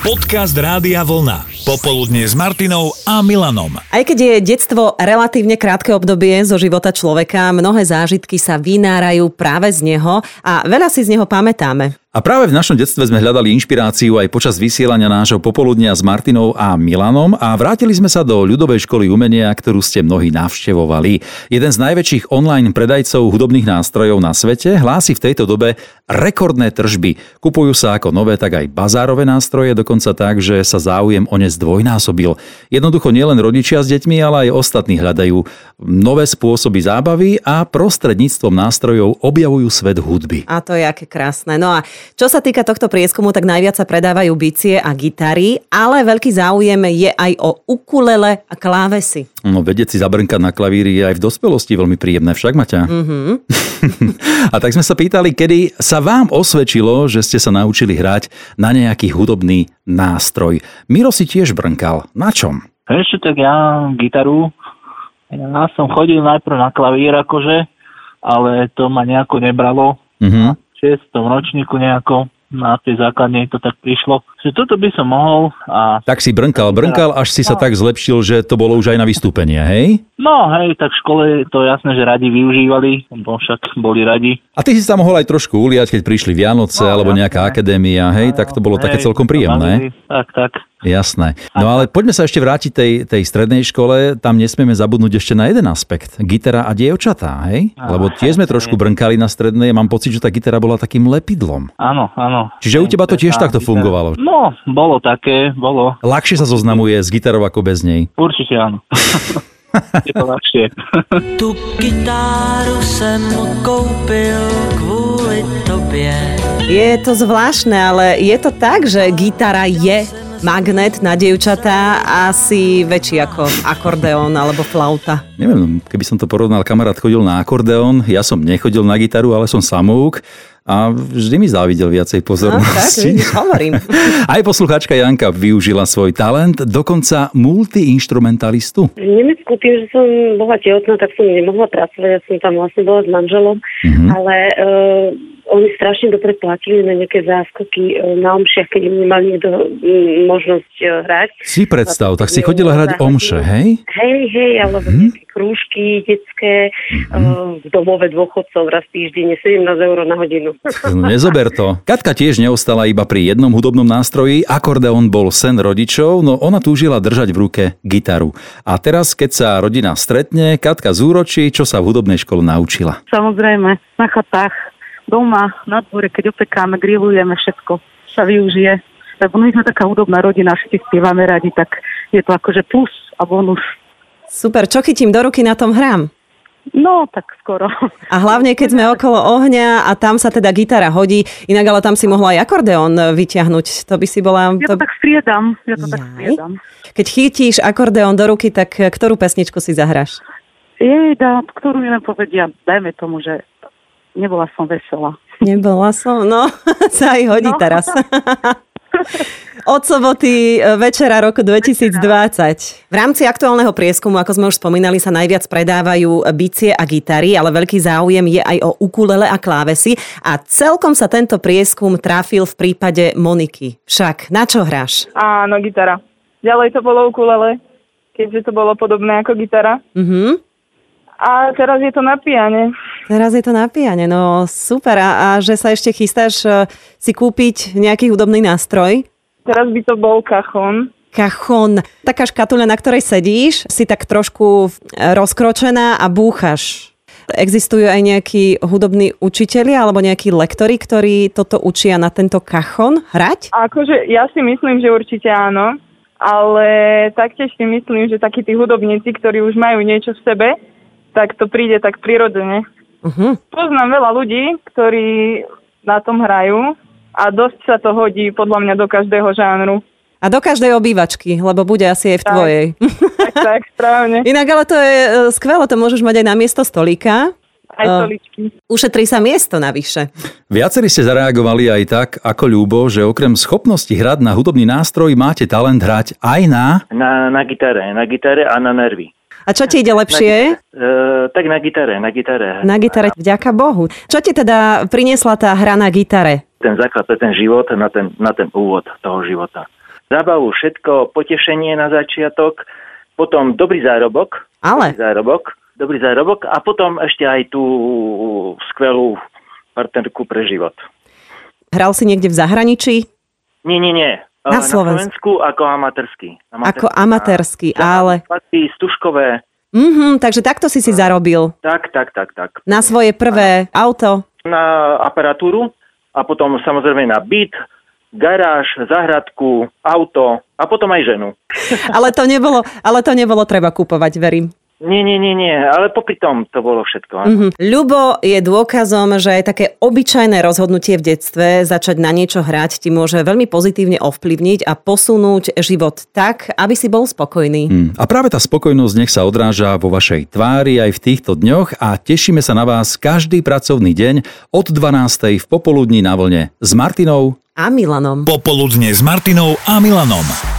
Podcast Rádia Vlna. Popoludne s Martinou a Milanom. Aj keď je detstvo relatívne krátke obdobie zo života človeka, mnohé zážitky sa vynárajú práve z neho a veľa si z neho pamätáme. A práve v našom detstve sme hľadali inšpiráciu aj počas vysielania nášho popoludnia s Martinou a Milanom a vrátili sme sa do ľudovej školy umenia, ktorú ste mnohí navštevovali. Jeden z najväčších online predajcov hudobných nástrojov na svete hlási v tejto dobe rekordné tržby. Kupujú sa ako nové, tak aj bazárové nástroje, dokonca tak, že sa záujem o ne zdvojnásobil. Jednoducho nielen rodičia s deťmi, ale aj ostatní hľadajú nové spôsoby zábavy a prostredníctvom nástrojov objavujú svet hudby. A to je aké krásne. No a čo sa týka tohto prieskumu, tak najviac sa predávajú bicie a gitary, ale veľký záujem je aj o ukulele a klávesy. No, vedieť si zabrnkať na klavíri je aj v dospelosti veľmi príjemné, však Maťa? Mm-hmm. Mhm. a tak sme sa pýtali, kedy sa vám osvedčilo, že ste sa naučili hrať na nejaký hudobný nástroj. Miro si tiež brnkal. Na čom? Ešte tak ja gitaru. Ja som chodil najprv na klavír akože, ale to ma nejako nebralo. Mhm. V 6. ročníku nejako na tej základnej to tak prišlo, že toto by som mohol a Tak si brnkal, brnkal, až si sa tak zlepšil, že to bolo už aj na vystúpenie, hej? no hej, tak v škole to jasné, že radi využívali, lebo však boli radi. A ty si sa mohol aj trošku uliať, keď prišli Vianoce No, alebo nejaká akadémia, hej? Tak to bolo také Hej, to celkom príjemné. bavili, Tak, tak. Jasné. No ale poďme sa ešte vrátiť tej, tej strednej škole. Tam nesmieme zabudnúť ešte na jeden aspekt. Gitara a dievčatá, hej? Lebo tie sme trošku brnkali na strednej. Mám pocit, že tá gitara bola takým lepidlom. Áno, áno. Čiže u teba to tiež Tá takto gitara. fungovalo? No, bolo také, bolo. Ľahšie sa zoznamuje s gitarou ako bez nej. Určite áno. Je to ľahšie. Tu kytáru jsem koupil kvůli tobě. Je to zvláštne, ale je to tak, že gitara je magnet na dievčatá asi väčší ako akordeón alebo flauta. Neviem, no, keby som to porovnal, kamarát chodil na akordeón, ja som nechodil na gitaru, ale som samouk a vždy mi závidel No, viacej tak, pozornosti. vidíš, hovorím. Aj poslucháčka Janka využila svoj talent, dokonca multiinstrumentalistu. V Nemecku tým, že som bola tehotná, tak som nemohla pracovať, ja som tam vlastne bola s manželom, mm-hmm. ale e, oni strašne dobre platili na nejaké záskoky e, na omšiach, keď im nemal niekto mm, možnosť e, hrať. Si predstav, tak si chodila hrať omše, hej? Hej, hej, alebo mm-hmm. nejaké krúžky detské mm-hmm. e, v domove dôchodcov raz týždenne, 17 eur na hodinu. No, Nezober to. Katka tiež neostala iba pri jednom hudobnom nástroji, akordeon bol sen rodičov, no ona túžila držať v ruke gitaru. A teraz, keď sa rodina stretne, Katka zúročí, čo sa v hudobnej škole naučila. Samozrejme, na chatách, doma, na dvore, keď opekáme, grillujeme, všetko sa využije. Lebo my sme taká hudobná rodina, všetci spievame radi, tak je to akože plus a bonus. Super, čo chytím do ruky, na tom hrám. No, tak skoro. A hlavne, keď sme okolo ohňa a tam sa teda gitara hodí, inak ale tam si mohla aj akordeón eh, vyťahnuť. To by si bola... Ja to To... tak striedam, ja to tak Jaj. striedam. Keď chytíš akordeón do ruky, tak eh, ktorú pesničku si zahráš? Jej, dá, ktorú mi len povedia, dajme tomu, že nebola som veselá. Nebola som, no, sa aj hodí No. teraz. Od soboty e, večera roku 2020. V rámci aktuálneho prieskumu, ako sme už spomínali, sa najviac predávajú bicie a gitary, ale veľký záujem je aj o ukulele a klávesy. A celkom sa tento prieskum trafil v prípade Moniky. Však, na čo hráš? Áno, gitara. Ďalej to bolo ukulele, keďže to bolo podobné ako gitara. Mhm. A teraz je to na piane. Teraz je to napíjanie, no super. A, a že sa ešte chystáš e, si kúpiť nejaký hudobný nástroj? Teraz by to bol kachon. Kachon, taká škatuľa, na ktorej sedíš, si tak trošku e, rozkročená a búchaš. Existujú aj nejakí hudobní učitelia alebo nejakí lektori, ktorí toto učia na tento kachon hrať? A Akože ja si myslím, že určite áno, ale taktiež si myslím, že takí tí hudobníci, ktorí už majú niečo v sebe, tak to príde tak prirodzene. Uh-huh. Poznám veľa ľudí, ktorí na tom hrajú a dosť sa to hodí podľa mňa do každého žánru. A do každej obývačky, lebo bude asi aj v Tak. tvojej. Tak, tak, správne. Inak ale to je e, skvelé, to môžeš mať aj na miesto stolíka. Aj A- stoličky. Ušetrí sa miesto navyše. Viacerí ste zareagovali aj tak, ako ľúbo, že okrem schopnosti hrať na hudobný nástroj máte talent hrať aj na... Na, na gitare, na gitare a na nervy. A čo ti ide lepšie? E, tak na gitare, na gitare. Na gitare, vďaka Bohu. Čo ti teda priniesla tá hra na gitare? Ten základ pre ten život, na ten, na ten úvod toho života. Zábavu, všetko, potešenie na začiatok, potom dobrý zárobok. Ale. Dobrý zárobok, dobrý zárobok a potom ešte aj tú skvelú partnerku pre život. Hral si niekde v zahraničí? Nie, nie, nie. Na Eh, Slovensku. Slovensku ako amatérsky. Ako amatérsky, ale... Platí stužkové. Mhm, takže takto si si zarobil. Tak, tak, tak, tak. Na svoje prvé auto. Na aparatúru a potom samozrejme na byt, garáž, zahradku, auto a potom aj ženu. Ale to nebolo, ale to nebolo treba kupovať, verím. Nie, nie, nie, nie, ale popri tom to bolo všetko. áno. Mhm. Ľubo je dôkazom, že aj také obyčajné rozhodnutie v detstve začať na niečo hrať ti môže veľmi pozitívne ovplyvniť a posunúť život tak, aby si bol spokojný. Mm. A práve tá spokojnosť nech sa odráža vo vašej tvári aj v týchto dňoch a tešíme sa na vás každý pracovný deň od 12. v popoludní na vlne s Martinou A Milanom. Popoludne s Martinou a Milanom.